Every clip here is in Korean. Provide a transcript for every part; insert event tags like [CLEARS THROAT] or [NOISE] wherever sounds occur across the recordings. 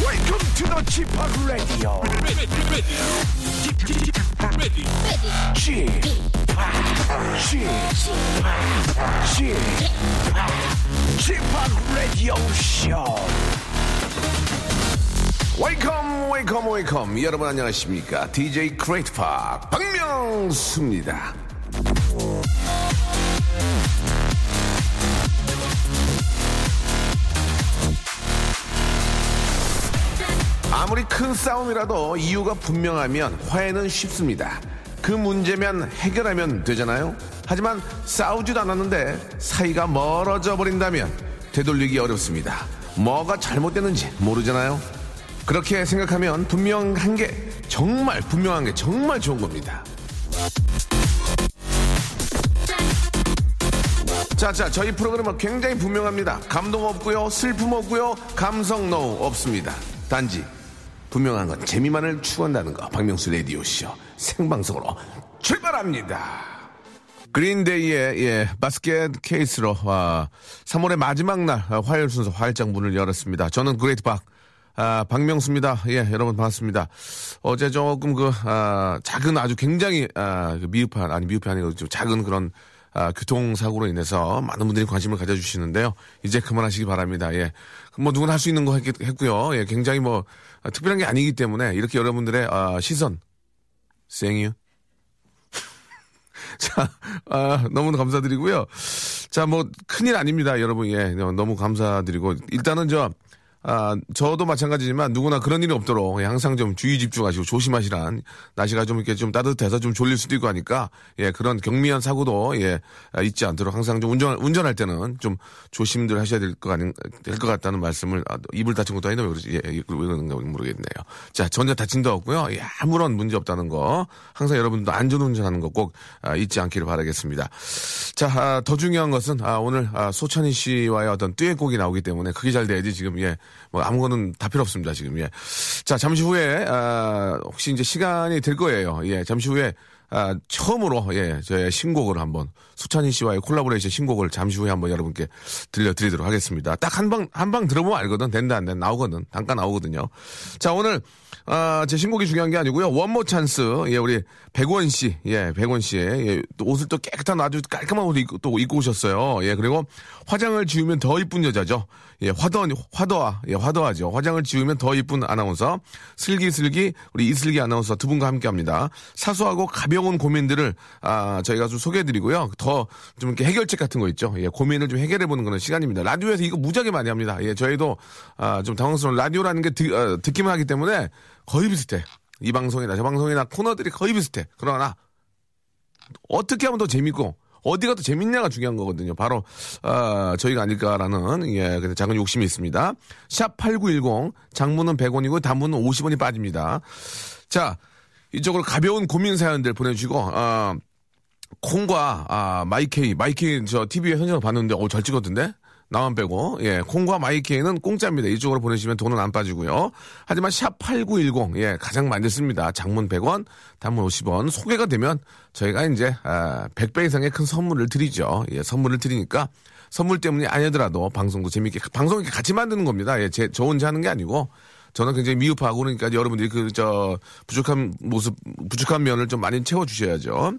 Welcome to the g p o p Radio. ready, ready, ready, g p o p g p o p Radio Show. 웨이컴 웨이컴 웨이컴 여러분 안녕하십니까 DJ 크레이트 팝 박명수입니다 아무리 큰 싸움이라도 이유가 분명하면 화해는 쉽습니다 그 문제면 해결하면 되잖아요 하지만 싸우지도 않았는데 사이가 멀어져 버린다면 되돌리기 어렵습니다 뭐가 잘못됐는지 모르잖아요 그렇게 생각하면 분명한 게 정말 분명한 게 정말 좋은 겁니다. 자, 자, 저희 프로그램은 굉장히 분명합니다. 감동 없고요, 슬픔 없고요, 감성 노 없습니다. 단지 분명한 건 재미만을 추구한다는 거. 박명수 레디오 쇼 생방송으로 출발합니다. 그린데이의 예, 바스켓 케이스로 아, 3월의 마지막 날 아, 화요일 순서 화요일장 문을 열었습니다. 저는 그레이트 박 아, 박명수입니다. 예, 여러분 반갑습니다. 어제 조금 그 아, 작은 아주 굉장히 아, 그 미흡한 아니 미흡한 아니고 좀 작은 그런 아, 교통사고로 인해서 많은 분들이 관심을 가져주시는데요. 이제 그만하시기 바랍니다. 예. 뭐 누구나 할 수 있는 거 했, 했고요. 예, 굉장히 뭐 아, 특별한 게 아니기 때문에 이렇게 여러분들의 아, 시선 생유 [LAUGHS] 자, 아, 너무 감사드리고요. 자, 뭐, 큰일 아닙니다, 여러분. 예, 너무 감사드리고. 일단은 저, 아, 저도 마찬가지지만 누구나 그런 일이 없도록 예, 항상 좀 주의 집중하시고 조심하시란. 날씨가 좀 이렇게 좀 따뜻해서 좀 졸릴 수도 있고 하니까, 예, 그런 경미한 사고도, 예, 아, 있지 않도록 항상 좀 운전, 운전할 때는 좀 조심들 하셔야 될 것 아닌, 될 것 같다는 말씀을, 아, 입을 다친 것도 아닌데 왜 그러지, 예, 왜 그러는가 모르겠네요. 자, 전혀 다친 데 없고요. 예, 아무런 문제 없다는 거. 항상 여러분도 안전 운전하는 거 꼭 아, 잊지 않기를 바라겠습니다. 자, 아, 더 중요한 것은 아, 오늘 아, 소천희 씨와의 어떤 듀엣곡이 나오기 때문에 그게 잘 돼야지 지금 예, 뭐 아무거는 다 필요 없습니다 지금 예. 자, 잠시 후에 아, 혹시 이제 시간이 될 거예요. 예, 잠시 후에 아, 처음으로 예, 저의 신곡을 한번 수찬희 씨와의 콜라보레이션 신곡을 잠시 후에 한번 여러분께 들려드리도록 하겠습니다. 딱 한 방 한 방 들어보면 알거든 된다 안 된다 나오거든 단가 나오거든요. 자 오늘 아, 제 신곡이 중요한 게 아니고요. 원모 찬스 예 우리 백원 씨 예 백원 씨의 예, 또 옷을 또 깨끗한 아주 깔끔한 옷을 입고, 또 입고 오셨어요. 예 그리고 화장을 지우면 더 이쁜 여자죠. 예 화더 화더아 예 화더아죠. 화장을 지우면 더 이쁜 아나운서 슬기슬기 우리 이슬기 아나운서 두 분과 함께합니다. 사소하고 가벼운 고민들을 아, 저희가 좀 소개해드리고요. 더 좀 이렇게 해결책 같은 거 있죠. 예, 고민을 좀 해결해보는 그런 시간입니다. 라디오에서 이거 무지하게 많이 합니다. 예, 저희도 아, 좀 당황스러운 라디오라는 게 듣, 어, 듣기만 하기 때문에 거의 비슷해. 이 방송이나 저 방송이나 코너들이 거의 비슷해. 그러나 어떻게 하면 더 재밌고 어디가 더 재밌냐가 중요한 거거든요. 바로 아, 저희가 아닐까라는 예, 그래서 작은 욕심이 있습니다. 샵 8910 장문은 100원이고 단문은 50원이 빠집니다. 자, 이쪽으로 가벼운 고민 사연들 보내주시고 아, 콩과 아, 마이케이 마이케이 저 TV에 현장 봤는데 어 잘 찍었던데 나만 빼고 예 콩과 마이케이는 공짜입니다 이쪽으로 보내시면 돈은 안 빠지고요 하지만 샵 8910예 가장 많이 씁니다 장문 100원 단문 50원 소개가 되면 저희가 이제 아, 100배 이상의 큰 선물을 드리죠 예 선물을 드리니까 선물 때문이 아니더라도 방송도 재밌게 방송 이렇게 같이 만드는 겁니다 예제저 혼자 하는 게 아니고 저는 굉장히 미흡하고 그러니까 여러분들이 그 저 부족한 모습 부족한 면을 좀 많이 채워 주셔야죠.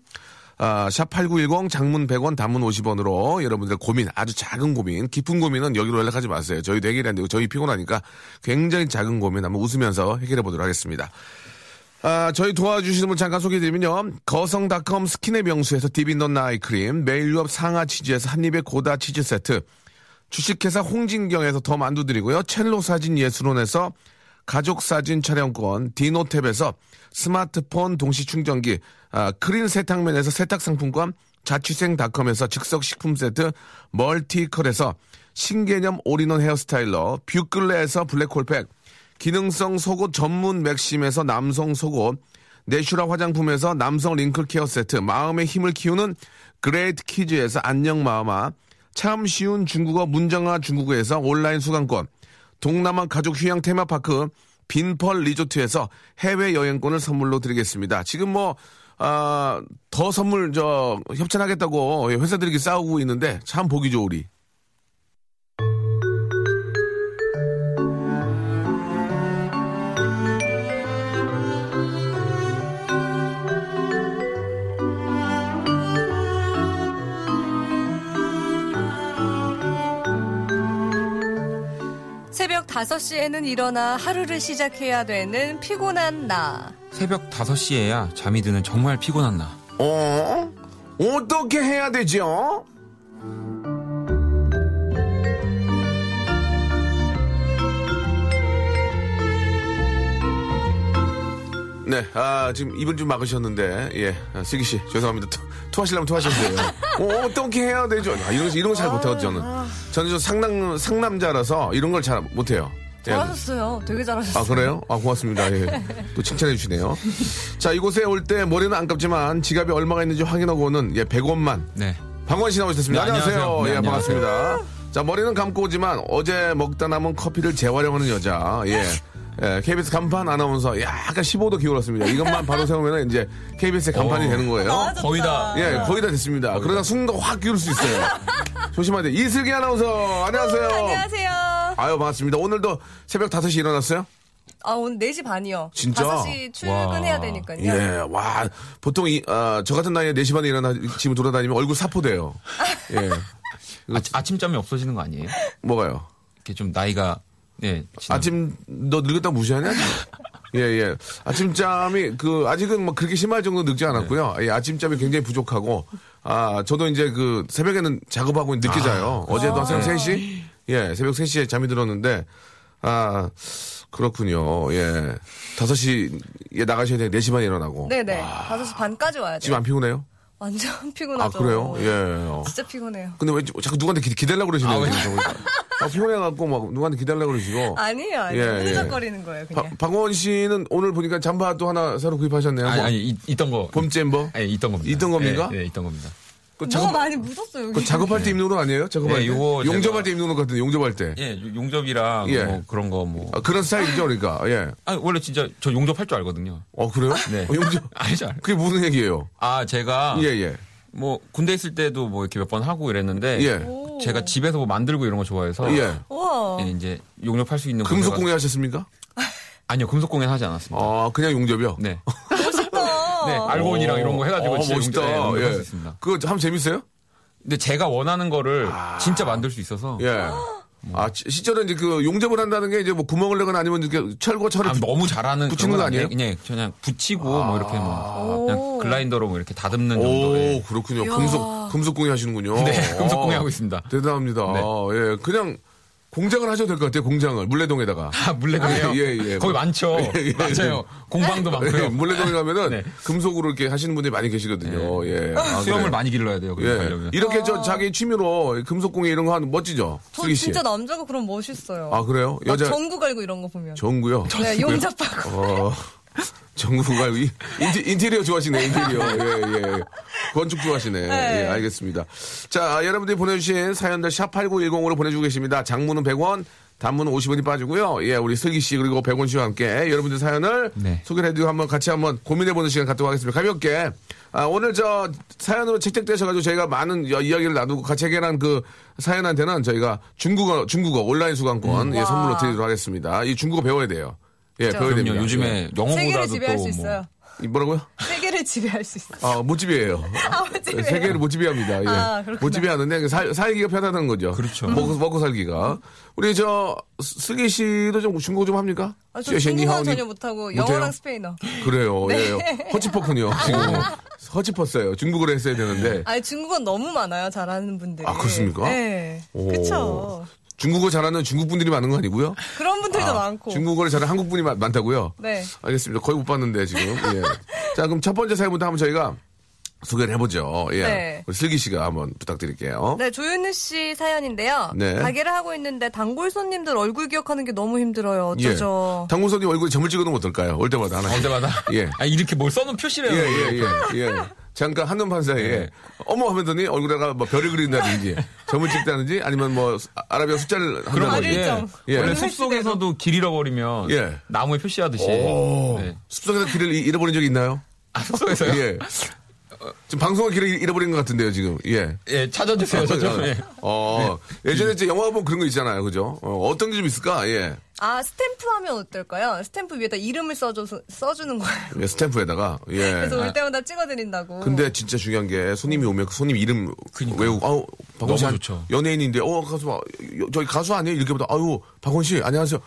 아, 샵8910 장문 100원 단문 50원으로 여러분들 고민 아주 작은 고민 깊은 고민은 여기로 연락하지 마세요. 저희도 해결이 안 되고 저희 피곤하니까 굉장히 작은 고민 한번 웃으면서 해결해 보도록 하겠습니다. 아, 저희 도와주시는 분 잠깐 소개해드리면요. 거성닷컴 스킨의 명수에서 디빈던 나이크림, 메일유업 상하 치즈에서 한입의 고다 치즈 세트, 주식회사 홍진경에서 더 만두 드리고요. 첼로 사진 예술원에서 가족 사진 촬영권, 디노탭에서 스마트폰 동시 충전기, 아, 크린 세탁면에서 세탁 상품권, 자취생닷컴에서 즉석 식품 세트, 멀티컬에서 신개념 올인원 헤어스타일러, 뷰클레에서 블랙홀팩, 기능성 속옷 전문 맥심에서 남성 속옷, 내슈라 화장품에서 남성 링클 케어 세트, 마음의 힘을 키우는 그레이트 키즈에서 안녕 마음아, 참 쉬운 중국어 문정아 중국어에서 온라인 수강권, 동남아 가족 휴양 테마파크 빈펄 리조트에서 해외 여행권을 선물로 드리겠습니다. 지금 뭐, 아, 더 선물 저 협찬하겠다고 회사들이 싸우고 있는데 참 보기 좋으리. 5시에는 일어나 하루를 시작해야 되는 피곤한 나. 네, 새벽 5시에야 잠이 드는 정말 피곤한 나. 어? 어떻게 해야 되죠? 네, 아, 지금 입을 좀 막으셨는데, 예, 아, 슬기 씨, 죄송합니다. 투, 투하시려면 투하셨어요. 어, 어떻게 해야 되죠? 아, 이런, 거- 이런 거 잘 못하거든요, 저는. 저는 좀 상남, 상남자라서 이런 걸 잘 못해요. 예, 잘하셨어요. 되게 잘하셨어요. 아 그래요? 아 고맙습니다. 예. 또 칭찬해 주시네요. 자 이곳에 올 때 머리는 안 감지만 지갑이 얼마가 있는지 확인하고 오는 예 100원만 네. 방원 씨 나오셨습니다. 네, 안녕하세요. 안녕하세요. 네, 예 안녕하세요. 반갑습니다. 자 머리는 감고 오지만 어제 먹다 남은 커피를 재활용하는 여자. 예. 예, KBS 간판 아나운서 약간 15도 기울었습니다. 이것만 바로 세우면 이제 KBS의 간판이 오. 되는 아, 거예요. 거의 다. 예, 어. 거의 다 됐습니다. 그러다 순도 확 기울 수 [LAUGHS] 있어요. 조심하세요. 이슬기 아나운서 어, 안녕하세요. 안녕하세요. 아유 반갑습니다. 오늘도 새벽 5시 일어났어요? 아, 오늘 4시 반이요. 진짜? 5시 출근해야 와. 되니까요. 예, 와, 보통 이, 아, 저 같은 나이에 4시 반에 일어나, 지금 돌아다니면 얼굴 사포돼요. 예. 아, 침잠이 없어지는 거 아니에요? 뭐가요? 이렇게 좀 나이가 예. 지나- 아침, 너 늙었다 무시하냐? 예, 예. 아침잠이, 그, 아직은 뭐 그렇게 심할 정도 늙지 않았고요. 예, 아침잠이 굉장히 부족하고, 아, 저도 이제 그, 새벽에는 작업하고 늦게 자요. 어제도 한 새벽 3시? 예, 새벽 3시에 잠이 들었는데, 아, 그렇군요. 예. 5시에 나가셔야 돼. 4시 반에 일어나고. 네네. 5시 반까지 와야 돼요. 지금 안 피곤해요? 완전 [LAUGHS] 아, 피곤하죠. 그래요? 예. 어. 진짜 피곤해요. 근데 왜 자꾸 누구한테 기, 기달라고 그러시는 거예요? 아, 피곤해갖고 막 누구한테 기달라고 그러시고. 아니에요, 아니에요. 예, 예. 흐느적거리는 거예요, 바, 그냥. 방원 씨는 오늘 보니까 잠바 또 하나 새로 구입하셨네요. 아니, 아니 이, 있던 거. 뭐, 봄잼버? 예, 있던 겁니다. 있던 겁니까? 예, 예, 있던 겁니다. 그 뭐가 작업, 많이 묻었어요, 여기. 그 작업할 때 입는 옷 아니에요? 작업할 네, 때. 요거 용접할 제가- 때 입는 옷 같은데, 용접할 때. 예, 요- 용접이랑 예. 뭐 그런 거 뭐. 아, 그런 스타일이죠, 그러니까. 예. 아, 원래 진짜 저 용접할 [LAUGHS] 줄 알거든요. 어, 그래요? 네. 어, 용접. 알죠. 알죠. 그게 무슨 얘기예요? 아, 제가 예, 예. 뭐 군대 있을 때도 뭐 이렇게 몇 번 하고 이랬는데 예. 오. 제가 집에서 뭐 만들고 이런 거 좋아해서 예. 우와. 예, 이제 용접할 수 있는 금속 군대가- 공예 하셨습니까? 아니요, 금속 공예 하지 않았습니다. 아, 그냥 용접이요? 네. 멋있다. 네, 아, 알곤이랑 이런 거 해가지고 어, 네, 진짜 멋있다. 용접할 수 예. 있습니다. 그거 하면 재밌어요? 근데 제가 원하는 거를 진짜 만들 수 있어서 아. 예. 아, 시- 실제로 이제 그 용접을 한다는 게 이제 뭐 구멍을 내거나 아니면 이렇게 철과 철을 아, 붙- 너무 잘하는 붙이는 거 그런 건 아니에요? 아니에요? 아. 그냥 그냥 붙이고 뭐 이렇게 뭐 그냥 오. 글라인더로 뭐 이렇게 다듬는 오, 정도의 예. 그렇군요. 이야. 금속, 금속공예 하시는군요. 네, [LAUGHS] 금속 아, 공예 하고 있습니다. 대단합니다. 네. 예, 그냥 공장을 하셔도 될 것 같아요, 공장을. 물레동에다가. 아, 물레동이요? 예, 예, 예. 거기 많죠. 예, 예. 맞아요. 공방도 예, 많고요. 물레동에 가면은 네. 금속으로 이렇게 하시는 분들이 많이 계시거든요. 예. 아, 수염을 그래요? 많이 길러야 돼요. 거기 예. 가려면. 이렇게 저 자기 취미로 금속공예 이런 거 하는 멋지죠? 아. 저 슬기 씨. 진짜 남자가 그럼 멋있어요. 아, 그래요? 막 여자. 전구 걸고 이런 거 보면. 정구요? 네, 용접하고. 어, 정구가 이- 인티, 인테리어 좋아하시네, 인테리어. 예, 예. 건축 좋아하시네. 네. 예, 알겠습니다. 자, 아, 여러분들이 보내주신 사연들 샵8910으로 보내주고 계십니다. 장문은 100원, 단문은 50원이 빠지고요. 예, 우리 슬기 씨, 그리고 백원 씨와 함께 여러분들 사연을 네. 소개해드리고 한번 같이 한번 고민해보는 시간 갖도록 하겠습니다. 가볍게. 아, 오늘 저 사연으로 책책되셔가지고 저희가 많은 여- 이야기를 나누고 같이 해결한 그 사연한테는 저희가 중국어, 중국어 온라인 수강권 예, 선물로 드리도록 하겠습니다. 이 중국어 배워야 돼요. 예, 배워야 됩니다. 예. 그럼요. 요즘에 세계를 영어보다도 지배할 수 있어요. 또뭐 이 뭐라고요? 세계를 지배할 수 있어요. 아, 모집이에요. [LAUGHS] 아버지네요. 세계를 모집이합니다. 예. 아, 그렇구나. 모집이하는데 살, 살기가 편하다는 거죠. 그렇죠. 먹고, 먹고 살기가. 우리 저 스- 슬기 씨도 좀 중국어 좀 합니까? 아, 저 쉐싱이 중국어 하오니? 전혀 못하고 못해요? 영어랑 스페인어. 네. 그래요. 예. 허치퍼군요. 지금 허치퍼어요 중국어로 했어야 되는데. 아니 중국어 너무 많아요 잘하는 분들이. 아, 그렇습니까? 네. 오. 그쵸. 중국어 잘하는 중국 분들이 많은 거 아니고요? 그런 분들도 많고. 중국어를 잘하는 한국 분이 많, 다고요 네. 알겠습니다. 거의 못 봤는데 지금. 예. [LAUGHS] 자, 그럼 첫 번째 사연부터 한번 저희가 소개를 해보죠. 예. 네. 우리 슬기 씨가 한번 부탁드릴게요. 네, 조윤우 씨 사연인데요. 네. 가게를 하고 있는데 단골 손님들 얼굴 기억하는 게 너무 힘들어요. 예. 어쩌죠? 당구선님 얼굴에 점을 찍어놓으면 어떨까요? 올 때마다 하나. 언제마다 예. [LAUGHS] 아, 이렇게 뭘 써놓은 표시래요. 예, 예, 예, 예. 잠깐 한눈 판사에 네. 어머 하면더니 얼굴에다가 뭐 별을 그린다든지 점을 찍다든지 아니면 뭐 아라비아 숫자를 그런 한다든지. 거죠. 예. 알죠. 예. 원래 예. 숲속에서도 길 잃어버리면 예. 나무에 표시하듯이. 오. 네. 숲속에서 길을 잃- 잃어버린 적이 있나요? 아, 숲속에서요? 예. 예. 지금 방송을 길을 잃어버린 것 같은데요, 지금. 예. 그렇죠? 찾아주세요. 저 좀. 예. 어, 예전에 이제 영화 보면 그런 거 있잖아요. 그죠? 어, 어떤 게 좀 있을까? 예. 아 스탬프 하면 어떨까요? 스탬프 위에다 이름을 써줘 써주는 거예요. 예, 스탬프에다가 예. 그래서 올 때마다 찍어드린다고. 근데 진짜 중요한 게 손님이 오면 그 손님 이름 외우고 아우 박원 씨 너무 안- 좋죠. 연예인인데 어 가수 봐. 여- 저기 가수 아니에요 이렇게 보다 아유 박원 씨 안녕하세요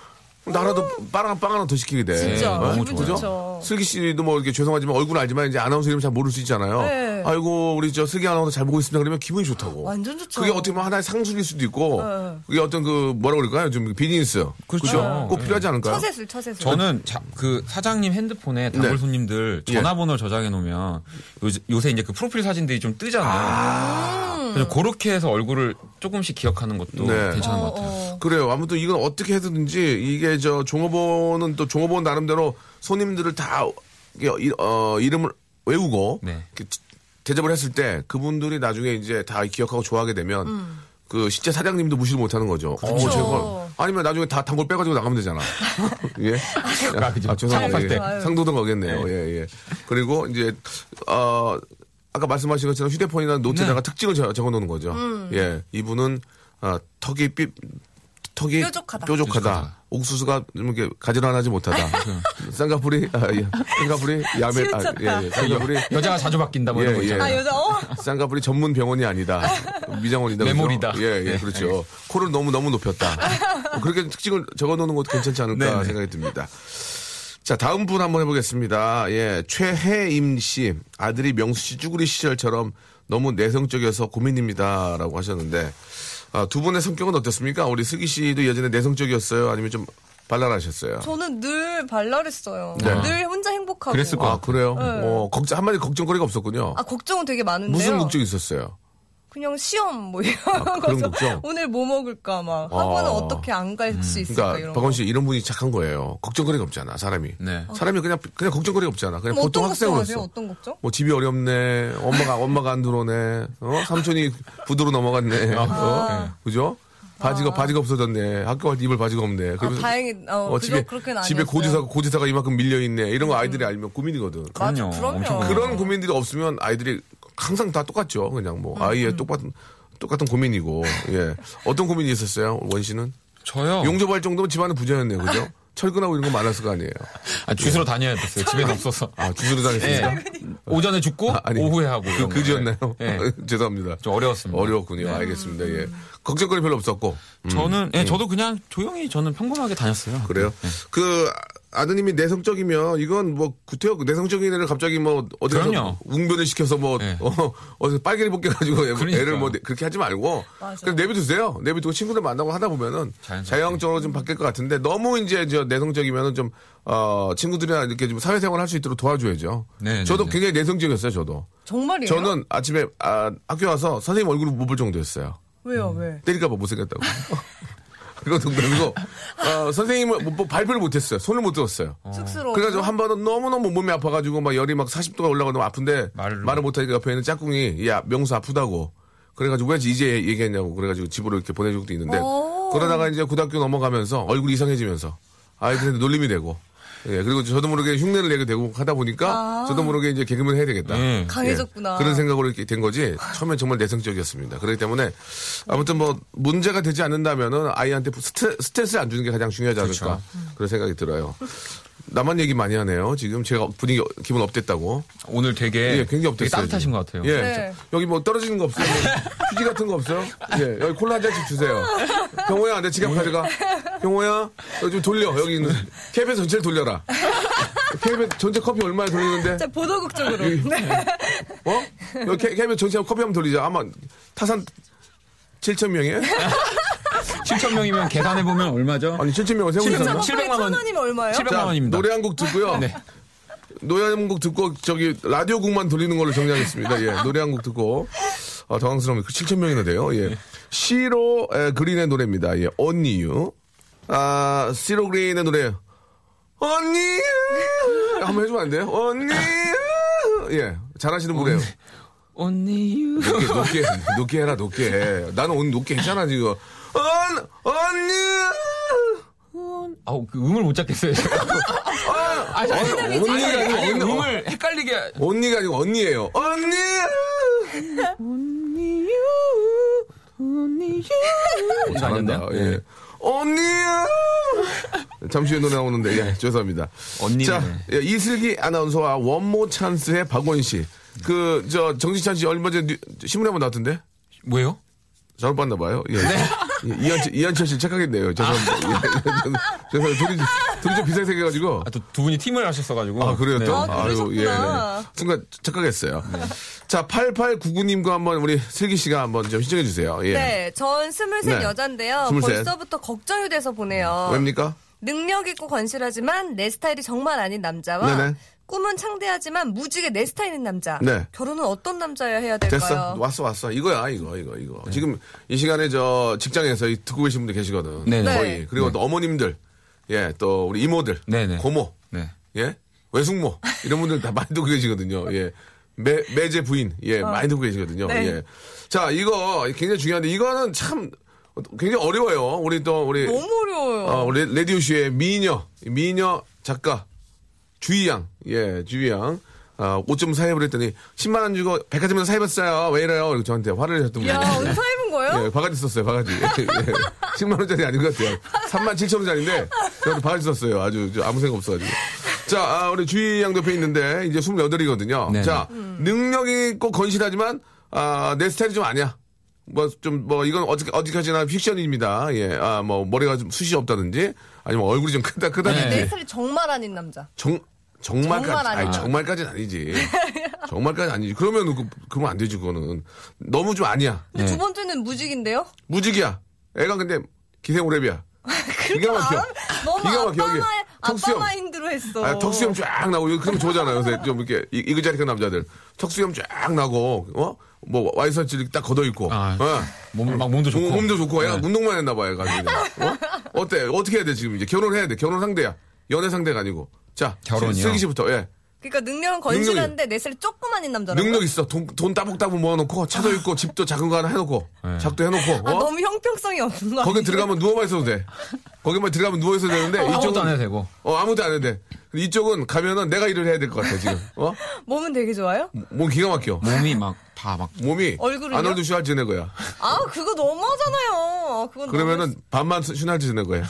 나라도 빵, 빵 하나 더 시키게 돼. 음. 진짜, 어? 기분 그죠? 좋죠. 슬기 씨도 뭐 이렇게 죄송하지만 얼굴 알지만 이제 아나운서 이름 잘 모를 수 있잖아요. 네. 아이고 우리 저 슬기 아나운서 잘 보고 있습니다. 그러면 기분이 좋다고. 완전 좋죠. 그게 어떻게 보면 하나의 상술일 수도 있고 네. 그게 어떤 그 뭐라 그럴까요? 좀 비즈니스. 그렇죠. 그죠? 꼭 네. 필요하지 않을까요? 처세술 처세술. 저는 자- 그 사장님 핸드폰에 단골 네. 손님들 전화번호 를 저장해 놓으면 요새, 요새 이제 그 프로필 사진들이 좀 뜨잖아요. 그래서 그렇게 해서 얼굴을 조금씩 기억하는 것도 네. 괜찮은 것 어, 같아요. 어. 그래요. 아무튼 이건 어떻게 해서든지 이게 저 종업원은 또 종업원 나름대로 손님들을 다 이게 이- 어, 이름을 외우고 네. 이렇게 대접을 했을 때 그분들이 나중에 이제 다 기억하고 좋아하게 되면 그 실제 사장님도 무시를 못하는 거죠. 어, 그렇죠. 제가 아니면 나중에 다 단골 빼가지고 나가면 되잖아. [LAUGHS] 예. 아, 죄송합니다. 창업할 때. 예. 상도등 거겠네요. 예, 예. 그리고 이제 어 아까 말씀하신 것처럼 휴대폰이나 노트에다가 네. 특징을 적- 적어놓는 거죠. 예, 이분은 아, 턱이 삐 턱이 뾰족하다. 뾰족하다. 아, 옥수수가 좀 이렇게 가지런하지 못하다. 쌍꺼풀이 아, 예. 쌍꺼풀이 야매 아, 예, 예. 쌍꺼풀이 여자가 자주 바뀐다 뭐 이런 예, 거 예. 있잖아요. 아 여자 어 쌍꺼풀이 전문 병원이 아니다. 미장원이다. 그죠? 메모리다. 네, 예, 예, 그렇죠. 코를 너무 너무 높였다. 뭐 그렇게 특징을 적어놓는 것도 괜찮지 않을까 네, 네. 생각이 듭니다. 자, 다음 분 한번 해보겠습니다. 예, 최혜임 씨 아들이 명수 씨 쭈구리 시절처럼 너무 내성적이어서 고민입니다라고 하셨는데 아, 두 분의 성격은 어땠습니까? 우리 슬기 씨도 예전에 내성적이었어요? 아니면 좀 발랄하셨어요? 저는 늘 발랄했어요. 네. 늘 혼자 행복하고. 그랬을 것 아 그래요? 네. 어, 걱정 한마디 걱정거리가 없었군요. 아 걱정은 되게 많은데요. 무슨 걱정 있었어요? 그냥 시험 뭐 이런 아, 그런 거서 걱정? 오늘 뭐 먹을까 막 아. 학원은 어떻게 안 갈 수 있을까 그러니까 뭐 이런 박원 거. 씨 이런 분이 착한 거예요. 걱정거리가 없잖아 사람이. 네. 사람이 그냥 그냥 걱정거리가 없잖아. 그냥 그럼 보통 어떤 걱정 하세요? 학생으로서. 어떤 걱정? 뭐 집이 어렵네. 엄마가 엄마가 안 들어오네. 어? 삼촌이 부도로 넘어갔네. 어? 그죠? 바지가 바지가 없어졌네. 학교 갈 때 입을 바지가 없네. 아, 그러면서 다행히 어, 어, 그저 집에 그렇게는 아니었어요. 집에 고지사가 고지사가 이만큼 밀려 있네. 이런 거 아이들이 알면 고민이거든. 맞아, 그럼요. 그럼요. 엄청 고민이죠. 그런 고민들이 없으면 아이들이 항상 다 똑같죠. 그냥 음. 뭐 아이의 똑같은 똑같은 고민이고. 예. 어떤 고민이 있었어요? 원 씨는? 저요. 예. 용접할 정도면 집안은 부자였네요, [LAUGHS] 그죠? 철근하고 이런 거 많았을 거 아니에요. 아, 주스로 다녀야 됐어요. 집에는 없어서. 아, 주소를 다녔습니다. 예. 오전에 죽고 아니. 오후에 하고. 이런 거. 그지였나요? 예. [LAUGHS] 죄송합니다. 좀 어려웠습니다. 어려웠군요. 알겠습니다. 예. 걱정거리 별로 없었고. 저는 예, 저도 그냥 조용히 저는 평범하게 다녔어요. 음. 그래요? 네. 그 아드님이 내성적이면 이건 뭐 구태여 내성적인 애를 갑자기 뭐 어디 가서 그럼요. 웅변을 시켜서 뭐 네. 어, 어디서 빨개를 벗겨가지고 애- 그러니까요. 애를 뭐 내- 그렇게 하지 말고 맞아요. 그냥 내비두세요. 내비두고 친구들 만나고 하다 보면은 자연스럽게. 자연적으로 좀 바뀔 것 같은데 너무 이제 저 내성적이면은 좀 어, 친구들이랑 이렇게 좀 사회생활 할 수 있도록 도와줘야죠. 네, 네, 저도 네. 굉장히 내성적이었어요. 저도. 정말이에요? 저는 아침에 아, 학교 와서 선생님 얼굴을 못 볼 정도였어요. 왜요 네. 왜? 때릴까봐 못생겼다고. [LAUGHS] 그건 농담이고, 어, 선생님을 못- 뭐 발표를 못했어요. 손을 못 들었어요. 쑥스러워. 그래가지고 한 번은 너무너무 몸이 아파가지고 막 열이 막 40도가 올라가고 너무 아픈데 말을, 말을 못하니까 옆에 있는 짝꿍이 야, 명수 아프다고. 그래가지고 왜 이제 얘기했냐고 그래가지고 집으로 이렇게 보내준 적도 있는데 오. 그러다가 이제 고등학교 넘어가면서 얼굴이 이상해지면서 아이들한테 놀림이 되고 예 그리고 저도 모르게 흉내를 내게 되고 하다 보니까 저도 모르게 이제 개그맨 해야 되겠다 예. 강해졌구나. 예, 그런 생각으로 이렇게 된 거지. 처음엔 정말 내성적이었습니다. 그렇기 때문에 아무튼 뭐 문제가 되지 않는다면은 아이한테 스트, 스트레스 안 주는 게 가장 중요하지 않을까 그렇죠. 그런 생각이 들어요. 나만 얘기 많이 하네요. 지금 제가 분위기 기분 업됐다고. 오늘 되게, 예, 굉장히 업됐어요. 되게 따뜻하신 지금. 것 같아요. 예, 네. 저- 여기 뭐 떨어지는 거 없어요? 뭐 휴지 같은 거 없어요? 예, 여기 콜라 한 잔씩 주세요. 경호야, 내 지갑 가져가. 경호야, 여기 좀 돌려. 여기 있는 캡에 전체를 돌려라. 캡에 전체 커피 얼마나 돌리는데? 진짜 보도국적으로. 예. 네. 어? 여기 캐면 전체 커피 한번 돌리자. 아마 타산 7천 명이에요? 7천 명이면 계산해 보면 얼마죠? 아니 7천 명을 세우고 있었나? 700만 원. 700만 원이면 얼마예요? 700만 자, 원입니다. 노래 한 곡 듣고요. 네. 노래 한 곡 듣고 저기 라디오 곡만 돌리는 걸로 정리하겠습니다. 예, 노래 한 곡 듣고 아, 당황스러운 그 7천 명이나 돼요. 네. 예, 시로 에, 그린의 노래입니다. 예, 언니유. 아, 시로 그린의 노래. 언니유. 한번 해주면 안 돼요? 언니유. 예, 잘하시는 분이에요. Only you. 높게, 높게, 높게 해라, 높게 해. 나는 오늘 높게 했잖아, 지금. 언, 언니! 아우 그 음을 못 잡겠어요. 아니, 아니, 아니, 언니가 아니, 아니고 아니, 언니. 음을 헷갈리게. 언니가 아니고 언니예요. 언니! 어, 예. 네. 잘한다, 예. 언니! 잠시 후에 노래 나오는데 예, 죄송합니다. 네. 언니네. 자 예, 이슬기 아나운서와 원모 찬스의 박원 씨. 그 저 정지찬 씨 얼마 전에 뉴- 신문에 한번 나왔던데 뭐예요? 잘못 봤나 봐요. 예. 네. 예, 이한철, 이한철 씨 착각했네요. [LAUGHS] 죄송합니다. 예, 예, 죄송해요. 둘이, 좀- 둘이 좀 비슷하게 생겨가지고. 아, 또 두 분이 팀을 하셨어가지고. 네. 아, 그래요 또? 예. 아, 그러셨구나. 순간 착각했어요. 자, 8899님과 한번 우리 슬기 씨가 한번 좀 시청해주세요. 예. 네, 전 스물셋 네. 여잔데요. 스물셋. 벌써부터 걱정이 돼서 보내요. 왜입니까? 능력 있고 건실하지만 내 스타일이 정말 아닌 남자와 네네. 꿈은 창대하지만 무지개 내 스타일인 남자. 네. 결혼은 어떤 남자여야 해야 될까요? 네. 됐어. 왔어, 왔어. 이거야, 이거, 이거, 이거. 지금 이 시간에 저 직장에서 이 듣고 계신 분들 계시거든. 네네. 거의. 그리고 또 어머님들. 예, 또 우리 이모들. 네네. 고모. 네. 예? 외숙모. 이런 분들 다 많이 듣고 계시거든요. 예. 매, 매제 부인. 예, 많이 듣고 계시거든요. 어. 네. 예. 자, 이거 굉장히 중요한데, 이거는 참 굉장히 어려워요. 우리 또, 우리. 너무 어려워요. 어, 우리 레디오쇼의 미녀, 미녀 작가. 주희양. 예, 주희양. 아, 옷 좀 사입을 했더니, 10만원 주고 백화점에서 사입었어요. 왜 이래요? 이렇게 저한테 화를 내셨던 분이. 야, 있는데. 오늘 사 입은 거예요? 예, 바가지 썼어요, 바가지. 예, 예. 10만원짜리 아닌 것 같아요. 3만 7천원짜리인데, 저한테 바가지 썼어요. 아주, 저 아무 생각 없어가지고. 자, 아, 우리 주희 양 옆에 있는데, 이제 28이거든요. 네. 자, 능력이 있고 건실하지만, 아, 내 스타일이 좀 아니야. 뭐, 좀, 뭐, 이건 어떻게, 어디까지나 픽션입니다. 예, 아, 뭐, 머리가 좀 숱이 없다든지, 아니면 얼굴이 좀 크다, 크다든지. 네. 내 스타일이 정말 아닌 남자. 정 정말까지 정말 아니 아니야. 정말까지는 아니지. 정말까지 아니지. 그러면 그 그러면 안 되지 그거는 너무 좀 아니야. 근데 네. 두 번째는 무직인데요? 무직이야. 애가 근데 [LAUGHS] 기생오랩이야. 기가 막혀. 너무 기가 막혀, 아빠, 여기. 마, 아빠 턱수염. 마인드로 했어. 아, 턱수염 쫙 나고 이거 그런 거 좋아하잖아 요새 좀 이렇게 이- 이그자리한 남자들 턱수염 쫙 나고 어뭐 와이셔츠 이렇게 딱 걷어 입고 아, 몸, 막 몸도 좋고. 몸, 도 좋고 애가 네. 운동만 했나 봐요 가지고 어? 어때 어떻게 해야 돼 지금 이제 결혼해야 돼 결혼 상대야 연애 상대가 아니고 자 결혼이요? 슬기 씨부터 예 그러니까 능력은 건실한데 내 스타일이 조금 아닌 남자라고. 능력 있어. 돈, 돈 따복따복 모아놓고, 차도 있고, 집도 작은 거 하나 해놓고, 네. 작도 해놓고, 아, 어? 너무 형평성이 없는 거 거기 아니에요? 들어가면 누워만 있어도 돼. 거기만 들어가면 누워 있어도 되는데, 이쪽도 아, 안 이쪽은, 해도 되고. 어, 아무도 안 해도 돼. 근데 이쪽은 가면은 내가 일을 해야 될 것 같아, 지금. 어? 몸은 되게 좋아요? 몸 기가 막혀. 몸이 막, 다 막. 몸이, 얼굴은요? 아놀드 슈왈제네 거야. 아, 그거 너무하잖아요. 그건 그러면은 반만 슈왈제네 거야.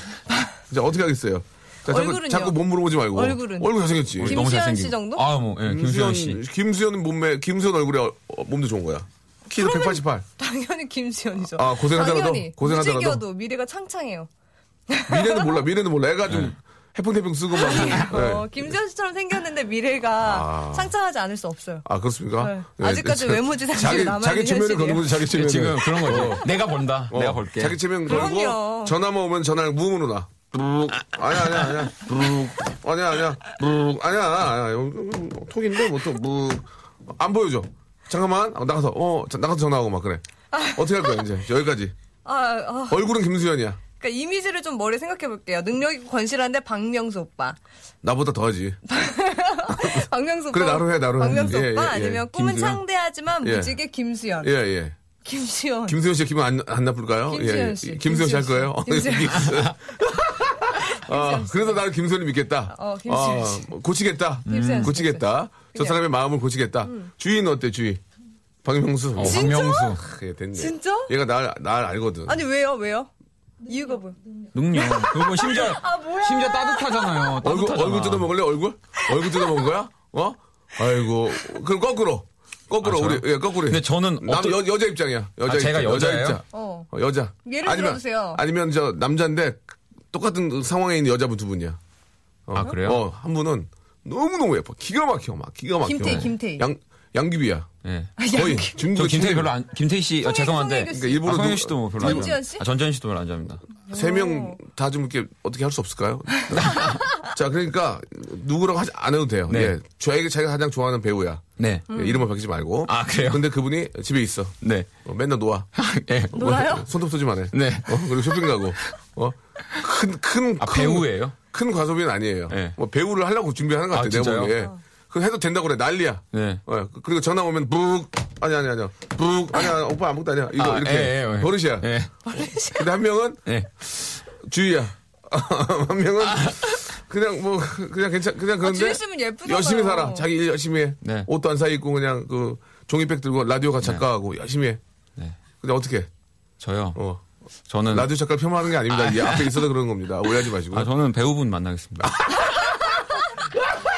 이제 어떻게 하겠어요? 자, 자꾸, 얼굴은요? 자꾸 몸 물어보지 말고. 얼굴은? 얼굴 잘생겼지. 김- 너무 김수현 잘생기고. 씨 정도? 아, 뭐, 예, 김수현 씨. 예. 김수현 몸매, 김수현 얼굴에 어- 어, 몸도 좋은 거야. 키도 188. 당연히 김수현이죠. 아, 고생하더라도? 당연히. 고생하더라도? 무직이어도 미래가 창창해요. 미래는 몰라, 미래는 몰라. 애가 네. 좀 해풍대풍 쓰고 막. [LAUGHS] 네. 어, 김수현 씨처럼 생겼는데 미래가 아. 창창하지 않을 수 없어요. 아 그렇습니까? 네. 아직까지 자, 외모지 상실이 자기 남아있는 자기 체면을 현실이에요. 거는 거지 자기 체면 예, 지금 그런 거죠. 내가 본다. 내가 볼게. 어. 자기 체면 걸고 그럼요. 전화만 오면 전화를 무음으로 나. 부룩. 아니야 아니야 아니야 부룩. 아니야 아니야 부룩. 아니야 아니야 음, 톡인데 뭐또안 보여줘. 잠깐만 어, 나가서 어 자, 나가서 전화하고 막 그래. 어떻게 할 거야 이제 여기까지. 아, 아, 얼굴은 김수현이야. 그러니까 이미지를 좀 머리 생각해 볼게요. 능력 있고 건실한데 [LAUGHS] 박명수 오빠. 나보다 더하지. 박명수 그래, 오빠. 나로 해, 나로 해. 박명수 예, 오빠 예, 예. 아니면 꿈은 김수현? 창대하지만 예. 무지개 김수현. 예 예. 김수현. 김수현 씨 기분 안, 안 나쁠까요? 예, 김수현 [LAUGHS] 씨. 김수현 씨 할 거예요? 김수현 씨. 아, 그래서 나는 김수현을 믿겠다. 어, 김수현 아, 씨. 음. 고치겠다. 김수현 씨, 고치겠다. 저 그냥. 사람의 마음을 고치겠다. 주인 어때, 주인? 박명수. 어, 어, 박명수. 크, 얘 됐네. 진짜? 얘가 날, 날 알거든. 아니 왜요? 왜요? 이유가 뭐야? 능력. 그거 심지어, [LAUGHS] 아, 뭐야. 심지어 따뜻하잖아요. 얼굴, 따뜻하잖아. 얼굴 뜯어먹을래, 얼굴? 얼굴 뜯어먹은 거야? 어? 아이고. 그럼 거꾸로. 거꾸로, 아, 저요? 우리, 예, 거꾸로. 근데 저는 남, 어떤- 여, 여자 입장이야. 여자 아, 제가 입장, 여자예요? 입장. 어. 어, 여자. 예를 들어주세요. 아니면 저, 남자인데, 똑같은 상황에 있는 여자분 두 분이야. 아, 그래요? 어, 한 분은 너무너무 예뻐. 기가 막혀, 막. 기가 막혀. 김태희, 김태희. 양, 양귀비야. 예. 아, 거의. 저 중국의 김태희 중립이야. 별로 안, 김태희 씨, 송혜교, 아, 죄송한데. 송혜교 씨. 그러니까 일부러. 아, 성현 씨도 뭐 별로 안 전지현 씨? 아, 전지현 씨도 별로 안 좋아합니다. 세명 어. 다 좀 이렇게 어떻게 할 수 없을까요? [LAUGHS] 자, 그러니까, 누구라고 하지, 안 해도 돼요. 네. 예. 저에게 자기가 가장 좋아하는 배우야. 네. 음. 예, 이름을 바뀌지 말고. 아, 그래요? 근데 그분이 집에 있어. 네. 어, 맨날 [LAUGHS] 놓아. 예. 뭐- 놀아요? 손톱 쏘지만 해. 네. 어, 그리고 쇼핑 가고. 어, 큰, 큰. 아, 큰- 배우예요? 큰 과소비는 아니에요. 네. 뭐 배우를 하려고 준비하는 것 아, 같아요. 내가 진짜요? 보기에. 그 해도 된다고 그래. 난리야. 네. 어, 그리고 전화 오면 북 아니 아니 아니야. 북 아니 야 오빠 아무것도 아니야. 이거 아, 이렇게 예, 예, 예. 버릇이야. 예. 근데 한 명은 예. 주의야. [LAUGHS] 한 명은 그냥 뭐 그냥 괜찮 그냥 그런데 어, 주희 씨는 예쁘잖아요. 열심히 살아. 자기 일 열심히 해. 네. 옷도 안 사 입고 그냥 그 종이백 들고 라디오가 작가하고 열심히 해. 네. 근데 어떻게? 저요. 어. 저는 라디오 작가 폄하하는 게 아닙니다. 이 앞에 있어서 그런 겁니다. 오해하지 마시고. 아 저는 배우분 만나겠습니다.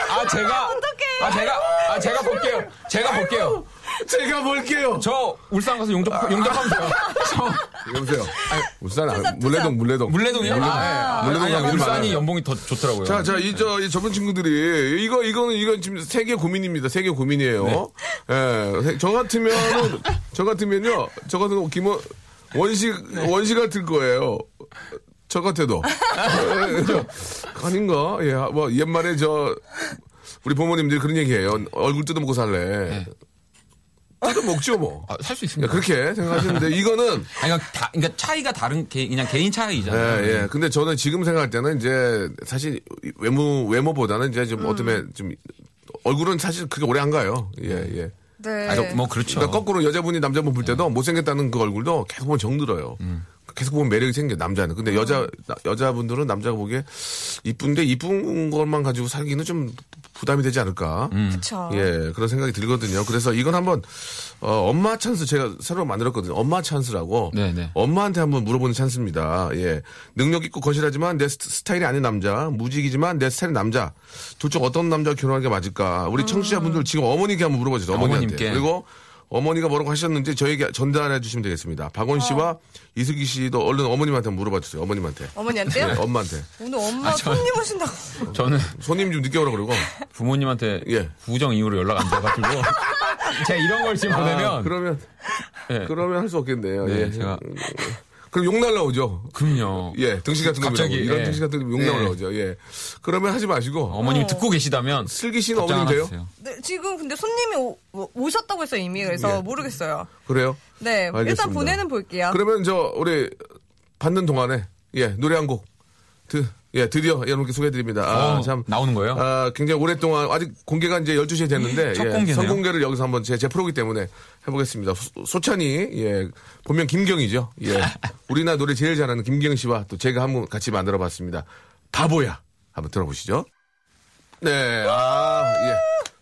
아 제가 아 제가 아 제가 볼게요. 제가 볼게요. 제가 볼게요. 저 울산 가서 용접 용접하면 돼요. 저 여보세요. 울산 아, 투잡, 투잡. 물레동 물레동. 물레동이요? 아, 예. 물레동 아니, 가면 아니, 울산이 많아요. 연봉이 더 좋더라고요. 자, 자, 이, 저, 이 저분 친구들이, 이거, 이거는, 이건 지금 세계 고민입니다. 세계 고민이에요. 예. 세- 저 같으면은, 저 같으면요. 저 같은 거, 김원, 원시, 원시 같을 거예요. 저 같아도. 예, 그죠? 아닌가? 예, 뭐, 옛말에 저, 우리 부모님들이 그런 얘기해요. 얼굴 뜯어먹고 살래. 뜯어먹죠, 뭐. 살 수 예, 있습니다. 그렇게 생각하시는데, 이거는, 아니 그러니까, 다, 그러니까 차이가 다른 개, 그냥 개인 네. 차이잖아요. 예, 예. 근데 저는 지금 생각할 때는 이제 사실 외모 외모보다는 이제 좀 어쩌면 좀 얼굴은 사실 그게 오래 안 가요. 예, 예. 네. 아니, 뭐 음. 그렇죠. 그러니까 거꾸로 여자분이 남자분 볼 때도 못생겼다는 그 얼굴도 계속 보면 정들어요. 음. 계속 보면 매력이 생겨 남자는. 근데 여자 나- 여자분들은 남자가 보기에 이쁜데 이쁜 것만 가지고 살기는 좀 부담이 되지 않을까. 음. 그쵸. 예, 그런 생각이 들거든요. 그래서 이건 한번 어, 엄마 찬스 제가 새로 만들었거든요. 엄마 찬스라고. 네네. 엄마한테 한번 물어보는 찬스입니다. 예, 능력 있고 거실하지만 내 스- 스타일이 아닌 남자, 무직이지만 내 스타일의 남자. 도대체 어떤 남자 가 결혼하는 게 맞을까? 우리 청취자분들 지금 어머니께 한번 물어봐 주세요. 어머니한테. 어머님께. 그리고 어머니가 뭐라고 하셨는지 저에게 전달해 주시면 되겠습니다. 박원 씨와 이슬기 씨도 얼른 어머님한테 한번 물어봐 주세요. 어머님한테. 어머니한테요? 예, 아, 엄마한테. 오늘 엄마 손님 오신다고. [LAUGHS] 저는 손님 좀 늦게 오라 그러고. 부모님한테 예. 부정 이후로 연락 안 [LAUGHS] 돼가지고 제가 이런 걸 지금 아, 보내면 그러면 예. 그러면 할 수 없겠네요. 네, 예. 제가 그럼 욕 날라오죠. 그럼요. 예, 등식 같은 거 갑자기, 갑자기 이런 예. 등식 같은 거욕 예. 날라오죠. 예. 그러면 하지 마시고 어머님이 어. 듣고 계시다면 슬기 씨는 답장 어머님 하나 돼요? 주세요. 네, 지금 근데 손님이 오, 오- 오셨다고 했어요, 이미. 그래서 예. 모르겠어요. 그래요? 네. 알겠습니다. 일단 보내는 볼게요. 그러면 저 우리 받는 동안에 예 노래 한 곡 드, 예 드디어 여러분께 소개해드립니다. 아, 어, 참 나오는 거예요? 아, 굉장히 오랫동안 아직 공개가 이제 12시에 됐는데 첫 예, 공개네요. 선공개를 여기서 한번 제, 제 프로기 때문에 해보겠습니다. 소, 찬이 예, 본명 김경이죠. [LAUGHS] 예, 우리나라 노래 제일 잘하는 김경 씨와 또 제가 한번 같이 만들어봤습니다. 바보야 한번 들어보시죠. 네, 아 예,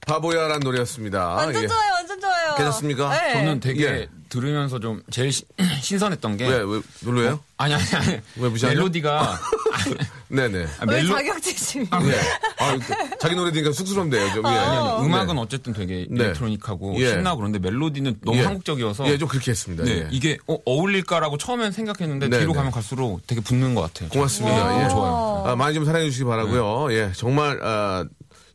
바보야라는 노래였습니다. 완전 예. 좋아요, 완전 좋아요. 괜찮습니까? 네. 저는 되게 예. 들으면서 좀 제일 시- [CLEARS THROAT] 신선했던 게 왜, 왜 놀래요? 아니 아니 아니 왜 무시하냐? 아. 멜로디가 네네. 아, 왜 멜로 자격지심이? 예. 아, 자기 노래 들으니까 쑥스럽네요, 좀. 예. 아니, 음악은 네. 어쨌든 되게 네. 일렉트로닉하고 예. 신나고 그런데 멜로디는 너무 예. 한국적이어서 예, 좀 그렇게 했습니다. 네, 예. 이게 어, 어울릴까라고 처음엔 생각했는데 네, 뒤로 네. 가면 갈수록 되게 붙는 것 같아요. 네, 어, 고맙습니다. 와. 예. 좋아요. 아, 많이 좀 사랑해 주시기 바라고요 예, 정말, 아,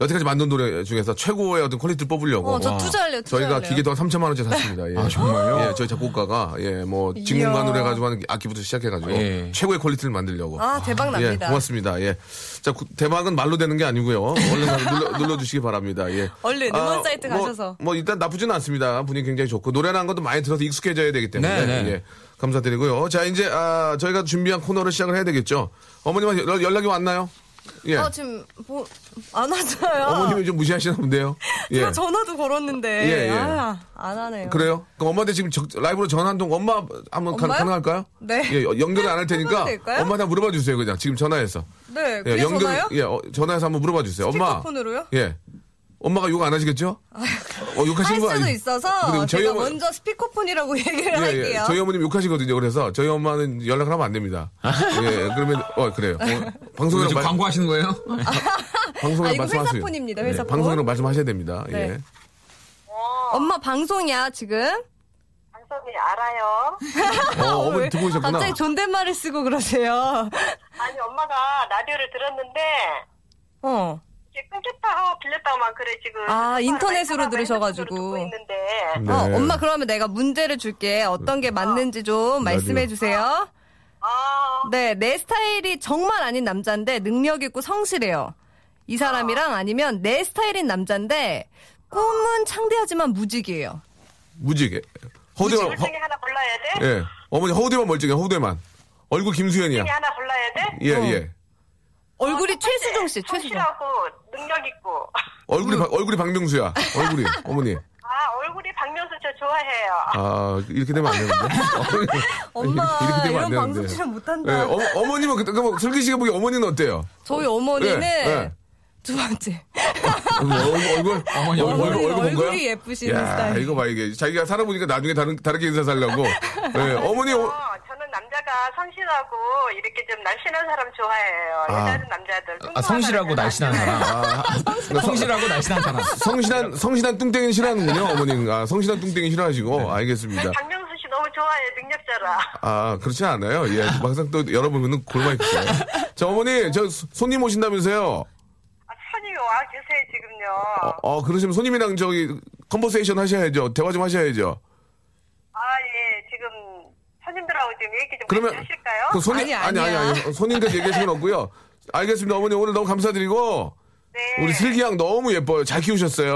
여태까지 만든 노래 중에서 최고의 어떤 퀄리티를 뽑으려고. 어, 저 투자할래요, 투자할래요. 저희가 기계도 한 3천만 원짜리 샀습니다. 예. 아, 정말요? 예, 저희 작곡가가, 예, 뭐, 직문반 이야. 노래 가지고 하는 악기부터 시작해가지고, 예. 최고의 퀄리티를 만들려고. 아, 대박 예, 납니다. 고맙습니다. 예. 자, 구- 대박은 말로 되는 게 아니고요. 얼른 가서 눌러, 눌러주시기 바랍니다. 예. 얼른 아, 음원 사이트 뭐, 가셔서. 뭐 일단 나쁘진 않습니다. 분위기 굉장히 좋고 노래라는 것도 많이 들어서 익숙해져야 되기 때문에 네, 네. 예, 감사드리고요. 자 이제 아, 저희가 준비한 코너를 시작을 해야 되겠죠. 어머님한테 연- 연락이 왔나요? 예. 아, 지금 뭐, 안 왔어요. 어머님이 좀 무시하시나 본데요. 예. 제가 전화도 걸었는데. 예, 예. 아, 안 하네요. 그래요? 그럼 엄마한테 지금 적- 라이브로 전화 한 통 엄마 한번 가, 엄마요? 가능할까요? 네. 예, 연결 안 할 테니까 해봐도 될까요? 엄마한테 물어봐 주세요. 그냥 지금 전화해서. 네, 예, 그게 전화요? 예, 어, 전화해서 한번 물어봐 주세요. 엄마. 스피커폰으로요? 아, 예. 엄마가 욕 안 하시겠죠? 어, 할 욕하시는 거 수도 아니- 있어서 근데 저희 제가 어머- 먼저 스피커폰이라고 [LAUGHS] 얘기를 예, 예. 할게요. 저희 어머님 욕하시거든요. 그래서 저희 엄마는 연락을 하면 안 됩니다. 예, 그러면 어 그래요. 어, 이거 방송에서 지금 말- 광고하시는 거예요? 방송에 아, 이거 말씀하세요. 예, 회사폰입니다, 회사폰. 방송으로 말씀하셔야 됩니다. 예. 네. 엄마 방송이야 지금. 어, 방송이 알아요. 어, 어머니 왜 듣고 오셨구나. 갑자기 존댓말을 쓰고 그러세요. [LAUGHS] 아니 엄마가 라디오를 들었는데 어. 이제 끊겼다 하고 빌렸다고만 그래 지금. 아, 인터넷으로 라디오로 들으셔가지고. 듣고 있는데 네. 어, 엄마 그러면 내가 문제를 줄게. 어떤 게 맞는지 좀 네, 말씀해 주세요. 아 네, 내 스타일이 정말 아닌 남자인데 능력 있고 성실해요. 이 사람이랑 아니면 내 스타일인 남자인데 꿈은 창대하지만 무직이에요. 무지개. 허우대만. 둘 중에 하나 골라야 허- 돼. 예. 어머니 허우대만 멀쩡해. 허우대만. 얼굴 김수현이야. 중에 하나 골라야 돼. 아, 예, 어. 예. 얼굴이 최수종 씨, 최수종. 성실하고 능력 있고. 얼굴이 음. 박- 얼굴이 박명수야. 얼굴이. 어머니. 아 얼굴이 박명수 저 좋아해요. 아, 이렇게 되면 안 되는데. 어머니, 엄마, 아, 이렇게 되면 안 이런 방송 되는데. 출연 못한다. 예, 어, 머님은 그때 그 슬기 씨가 보기 어머니는 어때요? 저희 어머니는 예, 예. 두 번째. 뭐, 얼굴, 얼굴 어머니 얼굴 얼굴이, 얼굴 본 거야? 얼굴이 예쁘신 야, 스타일. 이거 봐 이게 자기가 살아보니까 나중에 다른 다르게 인사 살려고. 예, 어머니 어, 어, 저는 남자가 제가 성실하고 이렇게 좀 날씬한 사람 좋아해요. 아. 여자는 남자들. 아, 성실하고 날씬한 사람. 아, [LAUGHS] 성실하고 날씬한 사람. 성실한 성실한 뚱땡이 싫어하는군요 어머님. 아 성실한 뚱땡이 싫어하시고 알겠습니다. 박명수 씨 너무 좋아해 능력자라. 아 그렇지 않아요. 예 막상 또 여러분은 골마 있어요. 자 어머니 저 소- 손님 오신다면서요. 아, 손님이 와 계세요 지금요. 어, 어, 그러시면 손님이랑 저기 컨버세이션 하셔야죠. 대화 좀 하셔야죠. 아 예 지금 손님들하고 지금 얘기 좀 그러면 같이 하실까요? 그 손님 아니, 아니 아니 아니야. 아니 손님들 얘기할 시간 없고요. 알겠습니다 어머니 오늘 너무 감사드리고 네. 우리 슬기 양 너무 예뻐요. 잘 키우셨어요.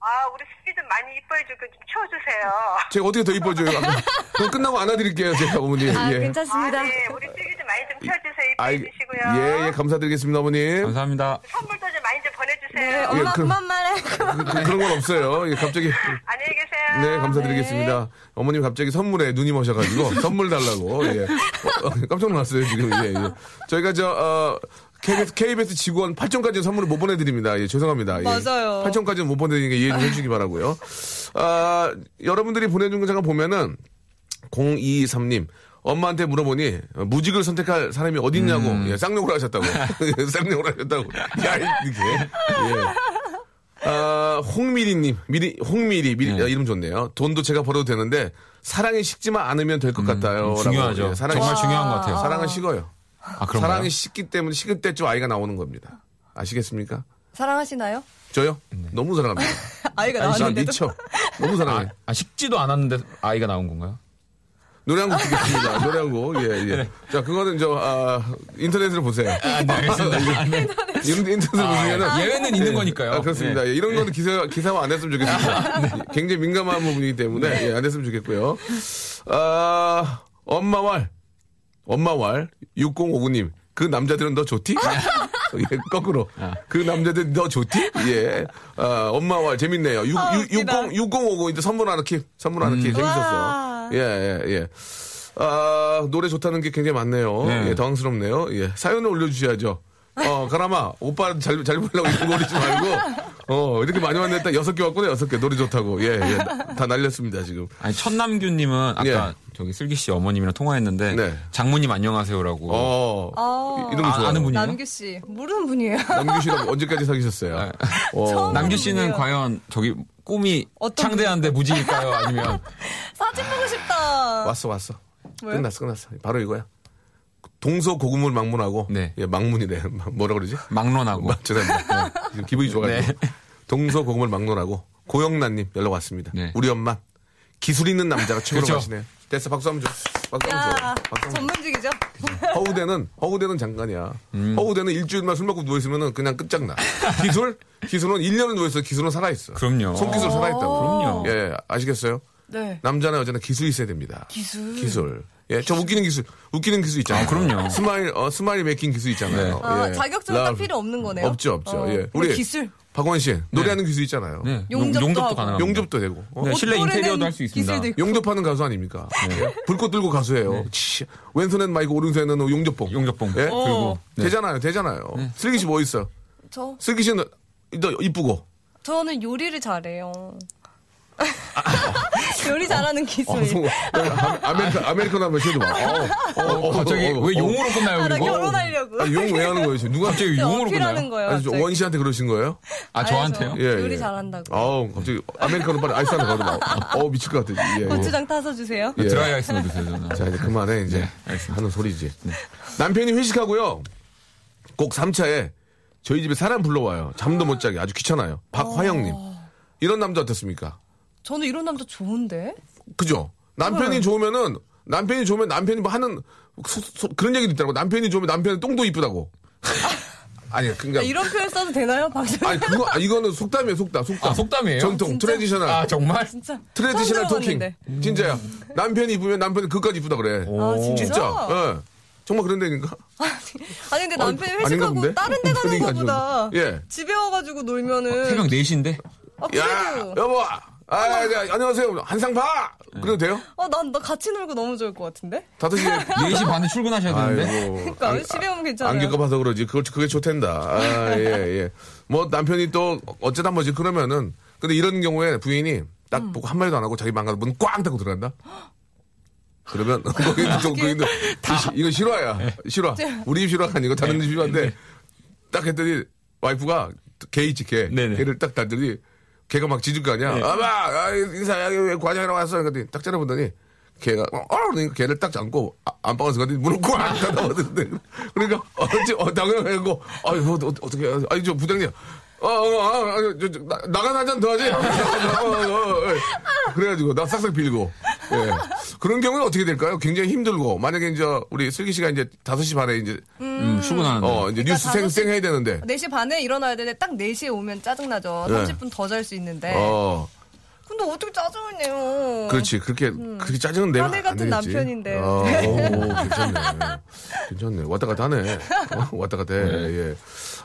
아 우리 슬기 좀 많이 이뻐해 주고 좀 치워주세요. 제가 어떻게 더 [LAUGHS] 이뻐져요? 아, 그럼 끝나고 안아드릴게요, 제가 어머니. 아, 예. 괜찮습니다. 아, 네. 우리 슬기 좀 많이 좀 치워주세요. 아이, 이뻐해 주시고요. 예, 예, 감사드리겠습니다, 어머님. 감사합니다. 선물도 좀 많이 좀 네, 보내주세요. 엄마 예, 그럼- 그만 말해. [LAUGHS] 그만. 그, 런건 없어요. 예, 갑자기. 안녕히 계세요. 네, 감사드리겠습니다. 어머님 갑자기 선물에 눈이 머셔가지고, 선물 달라고, 예. 어, 어, 깜짝 놀랐어요, 지금. 예, 예. 저희가 저, 어, KBS, KBS 직원 8점까지는 선물을 못 보내드립니다. 예, 죄송합니다. 예. 맞아요. 8점까지는 못 보내드리니까 이해 좀 해주시기 바라고요 아, 여러분들이 보내준 거 잠깐 보면은, 023님. 엄마한테 물어보니 어, 무직을 선택할 사람이 어딨냐고 예, 쌍욕을 하셨다고 [LAUGHS] 예, 쌍욕을 하셨다고 야 이렇게 예. 아, 홍미리님 미리 홍미리 미리 아, 이름 좋네요 돈도 제가 벌어도 되는데 사랑이 식지만 않으면 될 것 같아요 라고. 음, 중요하죠. 예, 사랑이 정말 식- 중요한 것 같아요. 사랑은 식어요 아, 그런가요? 사랑이 식기 때문에 식을 때쯤 아이가 나오는 겁니다 아시겠습니까 사랑하시나요? 저요 네. 너무 [LAUGHS] 사랑합니다 아이가 아니, 저 나왔는데도. 미쳐 너무 사랑해 아, 아, 식지도 않았는데 아이가 나온 건가요? 노래 한 곡 [LAUGHS] 듣겠습니다. 노래 한 곡. 예, 예. 자, 그거는 저, 아, 인터넷으로 보세요. 네, [LAUGHS] 알겠습니다. 아, 인- 인터넷으로 보시면은. 예외는 있는 거니까요. 그 네. 아, 그렇습니다. 예, 이런 거는 기사, 기사화 안 했으면 [LAUGHS] 좋겠습니다. 예, 굉장히 민감한 부분이기 때문에, 네. 예, 안 했으면 좋겠고요. 아, 엄마왈. 엄마왈. 6059님. 그 남자들은 너 좋디? 네. [LAUGHS] 예, 거꾸로. 아. 그 남자들 너 좋디? 예. 아, 엄마왈. 재밌네요. 6, 아, 6, 60, 웃기다. 6059. 이제 선물 하나 킵. 선물 하나 음. 킵. 재밌었어. 와. 예, 예, 예. 아, 노래 좋다는 게 굉장히 많네요. 네. 예, 당황스럽네요. 예. 사연을 올려주셔야죠. 어, 가라마, 오빠 잘, 잘 보려고 이렇게 노리지 말고, 어, 이렇게 많이 왔는데 딱 여섯 개 왔구나, 여섯 개. 노래 좋다고. 예, 예. 다 날렸습니다, 지금. 아니 천남규님은 아까 예. 저기 슬기 씨 어머님이랑 통화했는데 네. 장모님 안녕하세요라고. 어, 아. 이- 이런 거 아, 좋아요. 아는 분이에요? 남규 씨 모르는 분이에요. 남규 씨랑 언제까지 네. 사귀셨어요? 어, 처음 남규 씨는 분이에요. 과연 저기 꿈이 어떤 창대한데 무지일까요? 아니면 사진 보고 싶다. 왔어, 왔어. 왜요? 끝났어, 끝났어. 바로 이거야. 동서 고금을 망문하고, 네. 예, 망문이래. [LAUGHS] 뭐라 그러지? 막론하고. 막 죄송합니다. 네, 지금 기분이 좋아가지고. 동서 고금을 막론하고 고영란님 연락 왔습니다. 네. 그렇죠. 우리 엄마 기술 있는 남자가 최고로 그쵸. 가시네요. 됐어 박수 한번 줘. 박수 한번 줘. 야, 박수 한번 줘. 전문직이죠. 허우대는 허우대는 장관이야. 음. 허우대는 일주일만 술 먹고 누워 있으면은 그냥 끝장나. 기술 기술은 1년을 누워 있어. 기술은 살아 있어. 그럼요. 손기술 살아 있다고. 그럼요. 예 아시겠어요? 어. 네. 남자나 여자나 기술이 있어야 됩니다. 기술. 기술. 예, 저 웃기는 기술, 웃기는 기술 있잖아요. 아, 그럼요. 스마일, 어, 스마일 메이킹 기술 있잖아요. 네. 아, 예. 자격증은 딱 러브. 필요 없는 거네요. 없죠, 없죠. 어, 예. 근데 우리 기술. 박원 씨 노래하는 기술 있잖아요. 네. 용접도 하고. 가능합니다. 용접도 되고. 어? 네, 옷 실내 고르는 인테리어도 할 수 있습니다. 기술도 있고. 용접하는 가수 아닙니까? 예. 불꽃 들고 가수예요. 치, 왼손엔 마이크, 오른손에는 용접봉. 네. 용접봉 예? 들고. 네. 되잖아요, 되잖아요. 슬기 씨 뭐 있어요? 저 슬기 씨는 너 이쁘고. 저는 요리를 잘해요. 아. [LAUGHS] 요리 잘하는 기술. 어, 송- 아, 아메리카, 아메리카노 한번 시도 봐. 어, 어, 어, 갑자기 어, 어, 왜 어. 용으로 끝나요? 아, 나 그리고 결혼하려고. 아니, 용왜 하는 거예요, 지금? 누가 갑자기 갑자기 용으로 어필하는 끝나요? 거예요. 아니, 저 갑자기. 원 씨한테 그러신 거예요? 아 저한테요? 알죠. 예, 요리 예. 잘한다고. 아우, 갑자기 아메리카노 빨리 아이스 하나 가져봐. 어, 미칠 것 같아. 예, 예. 고추장 타서 주세요. 예. 드라이 아이스만 드세요 저는. 자 이제 그만해 네, 이제 하는 소리지. 남편이 회식하고요. 꼭 3차에 저희 집에 사람 불러와요. 잠도 못 자게 아주 귀찮아요. 박화영님 어. 이런 남자 어떻습니까? 저는 이런 남자 좋은데. 그죠? 어. 남편이 좋으면은 남편이 좋으면 남편이 뭐 하는 소- 소- 그런 얘기도 있더라고. 남편이 좋으면 남편은 똥도 [LAUGHS] 이쁘다고. 아니 그러니까 이런 표현 써도 되나요, 방송? 아니 그거 아, 이거는 속담이에요 속담 속담 아 속담이에요? 전통 진짜? 트레디셔널 아 [LAUGHS] 정말? 진짜. 트레디셔널 처음 토킹 들어봤는데. 진짜야. 남편이 이쁘면 남편은 그까지 이쁘다 그래. 아, 진짜? 어, 진짜. 예. 정말 그런 데니까. 아니 근데 아닌가 본데? 남편이 회식하고 다른 데 가는 분위기가 안 거보다 좋은데. 예. 집에 와가지고 놀면은 새벽 4시인데? 아, 야, 그래도 여보. 아, 야, 야, 안녕하세요. 한상 봐. 그래도 돼요? 아, 난 나 같이 놀고 너무 좋을 것 같은데. 다섯 [LAUGHS] 시에 4시 반에 출근하셔야 되는데? 네. 그러니까 집에 오면 괜찮아요. 안경 값아서 그러지. 그걸 그게 좋댄다. 아, 예, 예. 뭐 남편이 또 어쩌다 뭐지 그러면은 음. 근데 이런 경우에 부인이 딱 보고 한마디도 안 하고 자기 망가서 문꽝 닫고 들어간다. 그러면 [LAUGHS] 거기도 거기도 이거 실화야. 실화. 네. 우리 집 실화가 아니고 다른 집 실화인데 딱 했더니 와이프가 개 있지 개. 네네. 네. 개를 딱 달더니 개가 막 짖을 거 아니야. 아마 아, 인사야 여기 왜 과장이라고 왔어. 그랬더니 딱 째려보더니 개가 어 그러니까 개를 딱 잡고 아, 안방에서 가더니 문을 꽉 닫아버렸는데 [LAUGHS] 그러니까 어찌 어 당연하고 아유 어, 어, 어떻게 아니 저 부장님 어, 어어나간 한 잔 더 하지 [LAUGHS] 어, 어, 어, 예. 그래가지고 나 싹싹 빌고 예. 그런 경우는 어떻게 될까요? 굉장히 힘들고 만약에 이제 우리 슬기 씨가 이제 5시 반에 이제 음, 출근하는데. 어 이제 그러니까 뉴스 생, 5시 생 해야 되는데 4시 반에 일어나야 되는데 딱 4시에 오면 짜증나죠. 네. 30분 더 잘 수 있는데. 어 근데 어떻게 짜증을 내요? 그렇지 그렇게 그렇게 짜증은 내면 하늘 안 어. 음. 같은 되겠지. 남편인데. 아, 오, 괜찮네 괜찮네 왔다 갔다 하네 어, 왔다 갔다 해. 네. 예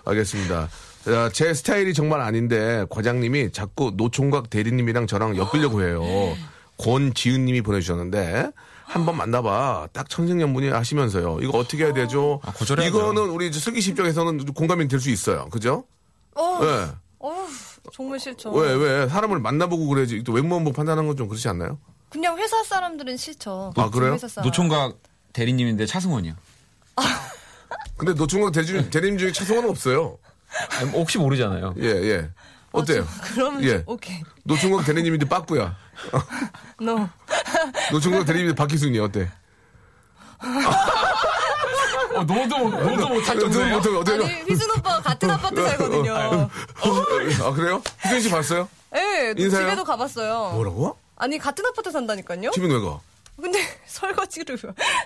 알겠습니다 야, 제 스타일이 정말 아닌데 과장님이 자꾸 노총각 대리님이랑 저랑 엮으려고 해요 권지은님이 보내주셨는데 한번 만나봐 딱 천생연분이 하시면서요 이거 어떻게 해야 되죠 아, 거절해야죠. 이거는 우리 슬기 씨 입장에서는 공감이 될 수 있어요 그죠 어, 예. 어우, 정말 싫죠. 왜, 왜? 사람을 만나보고 그래야지. 또 외모만 보고 판단하는 건 좀 그렇지 않나요? 그냥 회사 사람들은 싫죠. 아, 그래요? 회사 사람. 노총각 대리님인데 차승원이요. 근데 노총각 대리, 대리님 중에 차성원은 없어요. 아니, 뭐 혹시 모르잖아요. 예, 예. 어때요? [LAUGHS] 그러면 예. 오케이. 노총각 대리님인데 빠꾸야. No. 노총각 대리님인데 박희순이 어때? 어, 너도, 뭐, 너도 아, 못할 저는 정도예요? 보통 어때요? 어. 아니, 휘준 오빠 같은 아파트 살거든요. 아, 그래요? 희순 씨 봤어요? 예, 인사요? 집에도 가봤어요. 뭐라고? 아니, 같은 아파트 산다니까요? 집은 왜 가? 근데 [LAUGHS] 설거지를,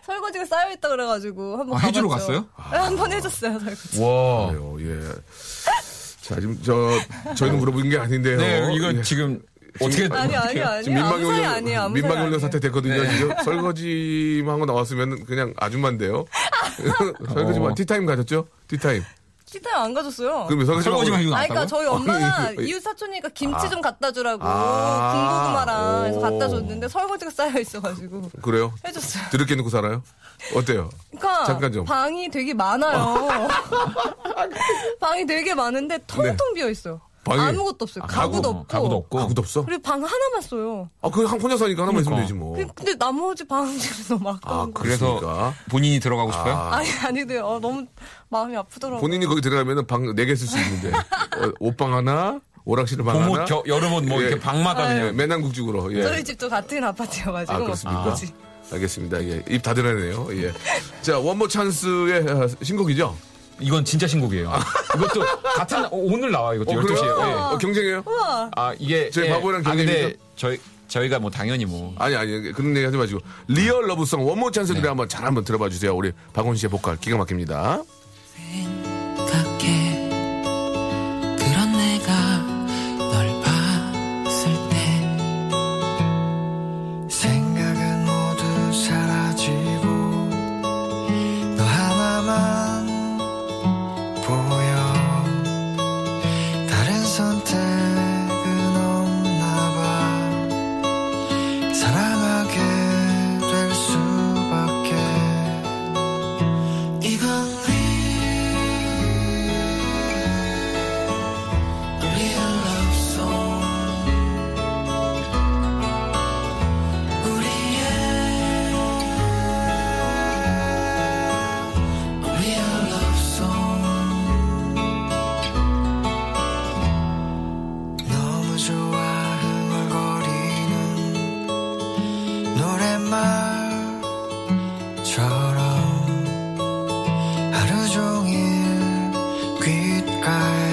설거지가 쌓여있다 그래가지고 한번 아, 가봤죠. 해주러 갔어요? 네, 한번 해줬어요, 설거지. 와. 그래요, 예. 자, 지금 저, 저희는 물어본 게 아닌데요. 네, 이거 예. 지금 어떻게 아니, 아니, 아니. 지금 민망이 아무 사이 훈련, 아니에요, 아무 민망이 사이 훈련 사태 아니에요. 됐거든요. 지금 설거지만 하고 나왔으면 그냥 아줌마인데요. 설거지만, 티타임 가졌죠? 티타임. 기타를 안 가줬어요. 그럼 설거지만. 설거지만 하고- 이거 아니, 나왔다고? 그러니까 저희 엄마가 이웃 사촌이니까 김치 좀 갖다 주라고 아. 군고구마랑 해서 갖다 오. 줬는데 설거지가 쌓여 있어가지고 그래요? 해줬어요. 드럽게 놓고 살아요? 어때요? 그러니까 잠깐 좀. 방이 되게 많아요. [LAUGHS] 방이 되게 많은데 텅텅 비어 있어요. 네. 방이- 아무것도 없어요. 가구도 가구, 없고. 가구도 없고. 가구도 없어? 그리고 방 하나만 써요. 아, 그 혼자 사니까 하나만 있으면 그러니까. 되지 뭐. 그- 근데 나머지 방들이 너무 아, 음. 아까운 거. 그래서 그래서 본인이 들어가고 싶어요? 아, 아니 아니도요. 어, 너무 마음이 아프더라고요. 본인이 거기 들어가면 방 네 개 쓸 수 [LAUGHS] 있는데 어, 옷방 하나, 오락실 방 봄옷, 하나, 겨- 여름옷 뭐 예. 이렇게 방마다 예, 그냥 맨한국죽으로 예. 저희 집도 같은 아파트여가지고 아, 그렇습니까? 그거지. 알겠습니다. 예, 입 다 드러내네요. 예. 자, 원모 찬스의 어, 신곡이죠? 이건 진짜 신곡이에요. 이것도 같은 날- 어, 오늘 나와요. 아. 이것도 어, 12시에. 예. 그래요? 어, 경쟁이에요? 아, 이게 저희 바보랑 아, 근데 경쟁이죠? 저희 저희가 뭐 당연히 뭐 아니, 아니, 그런 얘기 하지 마시고. 리얼 러브송 원모 찬스 네. 노래 한번 잘 한번 들어봐 주세요. 우리 박원 씨의 보컬 기가 막힙니다. 생각해 그런 내가 널 봤을 때 생각은 모두 사라지고 너 하나만 보여 다른 선택은 없나 봐 사랑하게 될 수밖에 이건 네 real, real love song. 우리의 real love song. 너무 좋아 흥얼거리는 노랫말처럼 하루 종일 귓가에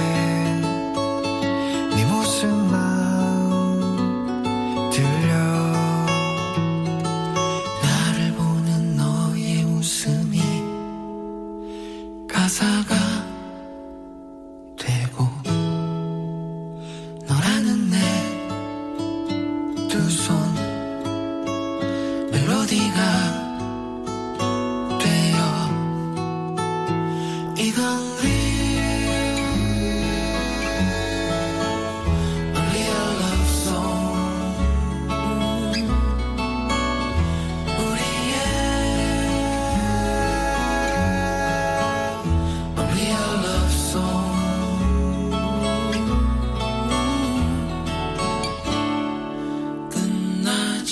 네 모습만 들려 나를 보는 너의 웃음이 가사가 되고 너라는 내 두 손 멜로디가 되어 이건 real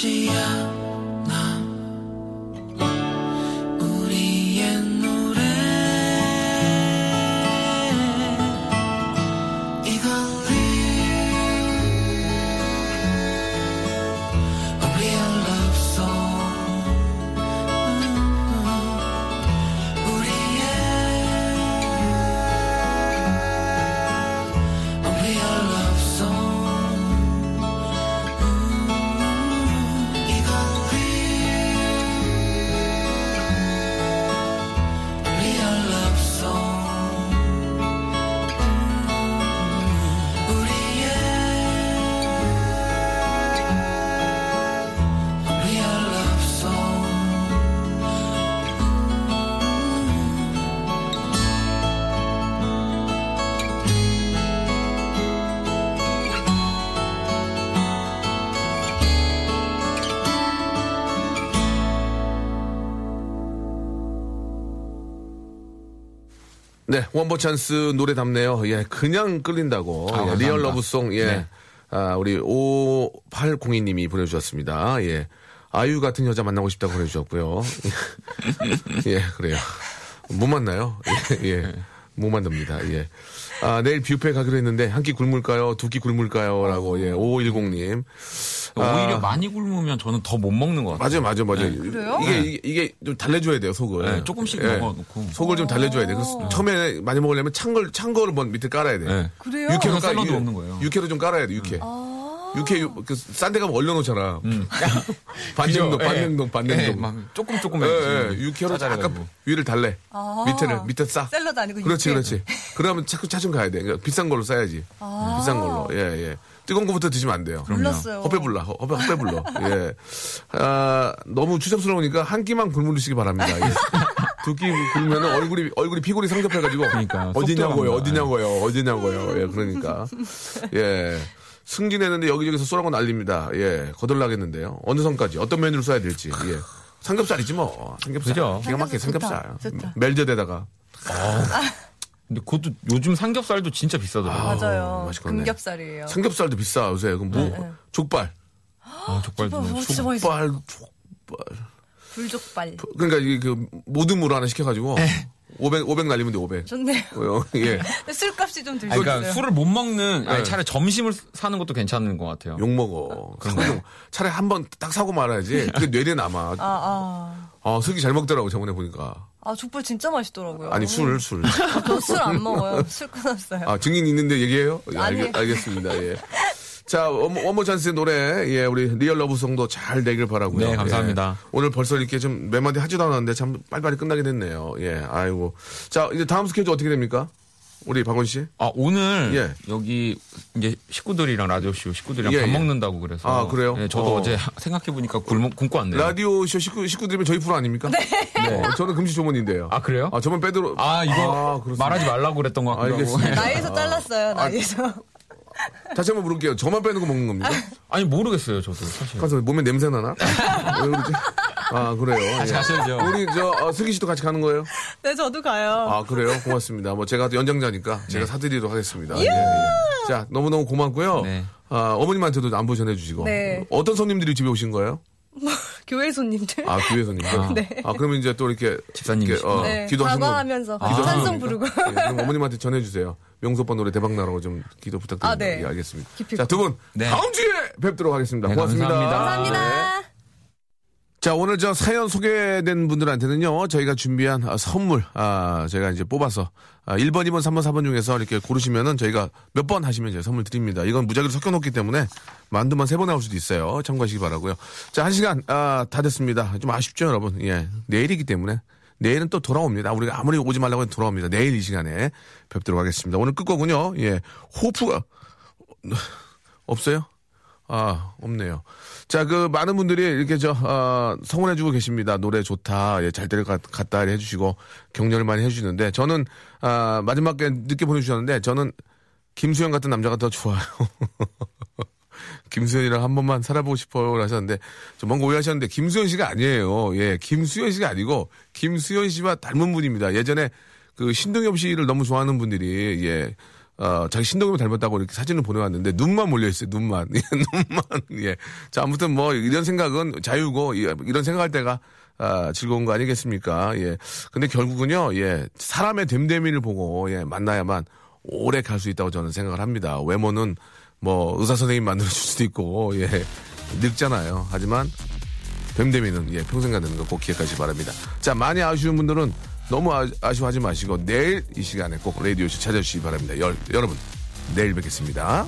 Mm-hmm. Mm-hmm. Mm-hmm. 네, 원버 찬스 노래 답네요. 예, 그냥 끌린다고. 예, 아, 감사합니다. 리얼 러브송, 예. 네. 아, 우리 5802님이 보내주셨습니다. 예. 아유 같은 여자 만나고 싶다고 보내주셨고요. [LAUGHS] 예, 그래요. 못 만나요? 예, 예. 못 만납니다. 예. 아, 내일 뷔페 가기로 했는데, 한 끼 굶을까요? 두 끼 굶을까요? 라고, 예, 5510님. 오히려 많이 굶으면 저는 더 못 먹는 것 같아요. 맞아요, 맞아요, 맞아요. 네. 그래요? 이게, 이게, 이게 좀 달래줘야 돼요, 속을. 예. 네, 조금씩 먹어놓고. 속을 좀 달래줘야 돼. 어. 그래서 처음에 많이 먹으려면 찬 걸, 찬 거를 먼 밑에 깔아야 돼. 네. 그래요? 육회가 깔- 샐러드 그러니까 유- 먹는 거예요. 육회로 좀 깔아야 돼, 육회. 육회, 유- 그, 싼데 가면 얼려놓잖아. 음. [LAUGHS] 반냉동, 그죠? 음. 예. 반냉동, 네, 반냉동. 막 조금 조금 예, 해주시면 예, 육회로 짜잘해가지고. 아. 약간 위를 달래. 밑에를, 밑에 싸. 샐러드 아니고 그렇지, 육회. 그렇지. 그러면 자꾸 차츰 가야 돼. 그러니까 비싼 걸로 싸야지. 아. 비싼 걸로. 예, 예. 뜨거운 거부터 드시면 안 돼요. 몰랐어요. 허배 불러, 허- 허배, 허배 불러. 예. 아, 너무 추잡스러우니까 한 끼만 굶으시기 바랍니다. 예. 두끼 굶으면 얼굴이, 얼굴이 피골이 상접해가지고. 그러니까요. 어디냐고요, 속 들어갑니다. 어디냐고요, 어디냐고요. 예, 그러니까. 예. 승진했는데 여기저기서 쏘라고 난립니다. 예. 거덜나겠는데요. 어느 선까지, 어떤 메뉴를 써야 될지. 예. 삼겹살이지 뭐. 삼겹살. 그죠? 기가 막히게 삼겹살 삼겹살. 음, 좋다, 좋다. 멜젓에다가. 근데 그것도 요즘 삼겹살도 진짜 비싸더라고요. 맞아요. 어, 맛있겠네. 금겹살이에요. 삼겹살도 비싸, 요새. 그럼 뭐, 족발. 아, 족발도 어, 먹고. 진짜 네. 맛있어. 뭐, 족발, 족발. 불족발. 그러니까 이게 그 모듬으로 하나 시켜가지고 네. 500 500 날리면 돼 500. 좋네요. [LAUGHS] 어, 예. 술값이 좀 아니, 들겠어요. 그러니까 술을 못 먹는 네. 아니, 차라리 점심을 사는 것도 괜찮은 것 같아요. 욕 먹어. 사고 차라리 한 번 딱 사고 말아야지. 그게 뇌리에 남아. 아, 아. 아, 슬기 잘 먹더라고 저번에 보니까. 아, 족발 진짜 맛있더라고요. 아니 술 술. 저술 안 먹어요. 술 끊었어요. 아 증인 있는데 얘기해요? 예, 아니. 알겠, 알겠습니다. 예. 자 원모, 원모 찬스의 노래 예 우리 리얼 러브송도 잘 내길 바라고요. 네, 감사합니다. 예. 오늘 벌써 이렇게 좀 몇 마디 하지도 않았는데 참 빨리빨리 끝나게 됐네요. 예 아이고 자 이제 다음 스케줄 어떻게 됩니까? 우리 박원 씨? 아 오늘 예. 여기 이제 식구들이랑 라디오 쇼 식구들이랑 예, 밥 예. 먹는다고 그래서 아, 그래요? 예, 저도 어. 어. 제 생각해 보니까 굶어 굶고 왔네요. 라디오 쇼 식구 식구들이면 저희 프로 아닙니까? 네. 어, 저는 금시 조문인데요. 아, 그래요? 아 저번 빼드로. 아 이거 그렇습니다. 말하지 말라고 그랬던 것 같기도 하고. 알겠습니다. 나이에서 아, 잘랐어요. 나이에서. 다시 한번 물을게요. 저만 빼는 거 먹는 겁니까? [LAUGHS] 아니 모르겠어요 저도 사실. 가서 몸에 냄새 나나? 왜 그러지? 아 그래요. 예. 가셔야죠. 우리 저 어, 슬기 씨도 같이 가는 거예요? 네, 저도 가요. 아 그래요? 고맙습니다. 뭐 제가 또 네. 연장자니까 제가 사드리도록 하겠습니다. 예, 예. 자 너무 너무 고맙고요. 네. 아, 어머님한테도 안부 전해주시고 네. 어떤 손님들이 집에 오신 거예요? 교회 손님들. 아 교회 손님. 아, 아 그러면 이제 또 이렇게 집사님이시구나. 이렇게, 어, 네, 기도하신 아, 거. 다과하면서 기도하신 찬송 겁니까? 부르고. 예, 그럼 어머님한테 전해주세요. 명소 오빠 노래 대박 나라고 좀 기도 부탁드립니다. 아, 네. 예, 알겠습니다. 깊이 자, 두 분 네. 다음 주에 뵙도록 하겠습니다. 네, 고맙습니다. 감사합니다. 감사합니다. 자, 오늘 저 사연 소개된 분들한테는요, 저희가 준비한 아, 선물, 아, 저희가 이제 뽑아서, 아, 1번, 2번, 3번, 4번 중에서 이렇게 고르시면은 저희가 몇 번 하시면 저희 선물 드립니다. 이건 무작위로 섞여놓기 때문에 만두만 세 번 나올 수도 있어요. 참고하시기 바라고요 자, 한 시간, 아, 다 됐습니다. 좀 아쉽죠, 여러분? 예. 내일이기 때문에. 내일은 또 돌아옵니다. 우리가 아무리 오지 말라고 해도 돌아옵니다. 내일 이 시간에 뵙도록 하겠습니다. 오늘 끝거군요. 예. 호프가, 없어요? 아, 없네요. 자, 그 많은 분들이 이렇게 저 아, 성원해 주고 계십니다. 노래 좋다. 예, 잘 데려갔다 해 주시고 격려를 많이 해 주시는데 저는 아, 마지막에 늦게 보내 주셨는데 저는 김수현 같은 남자가 더 좋아요. [LAUGHS] 김수현이랑 한 번만 살아보고 싶어요. 하셨는데, 좀 뭔가 오해하셨는데, 김수현 씨가 아니에요. 예, 김수현 씨가 아니고, 김수현 씨와 닮은 분입니다. 예전에 그 신동엽 씨를 너무 좋아하는 분들이, 예, 어, 자기 신동엽 닮았다고 이렇게 사진을 보내왔는데, 눈만 몰려있어요. 눈만. [LAUGHS] 예, 눈만. 예. 자, 아무튼 뭐, 이런 생각은 자유고, 이- 이런 생각할 때가, 아, 즐거운 거 아니겠습니까? 예. 근데 결국은요, 예, 사람의 됨됨이를 보고, 예, 만나야만 오래 갈 수 있다고 저는 생각을 합니다. 외모는 뭐 의사 선생님 만들어 줄 수도 있고 예 늙잖아요. 하지만 뱀데미는 예 평생 가는 거 꼭 기억하시기 바랍니다. 자 많이 아쉬운 분들은 너무 아, 쉬워하지 마시고 내일 이 시간에 꼭 라디오쇼 찾아주시기 바랍니다. 열, 여러분 내일 뵙겠습니다.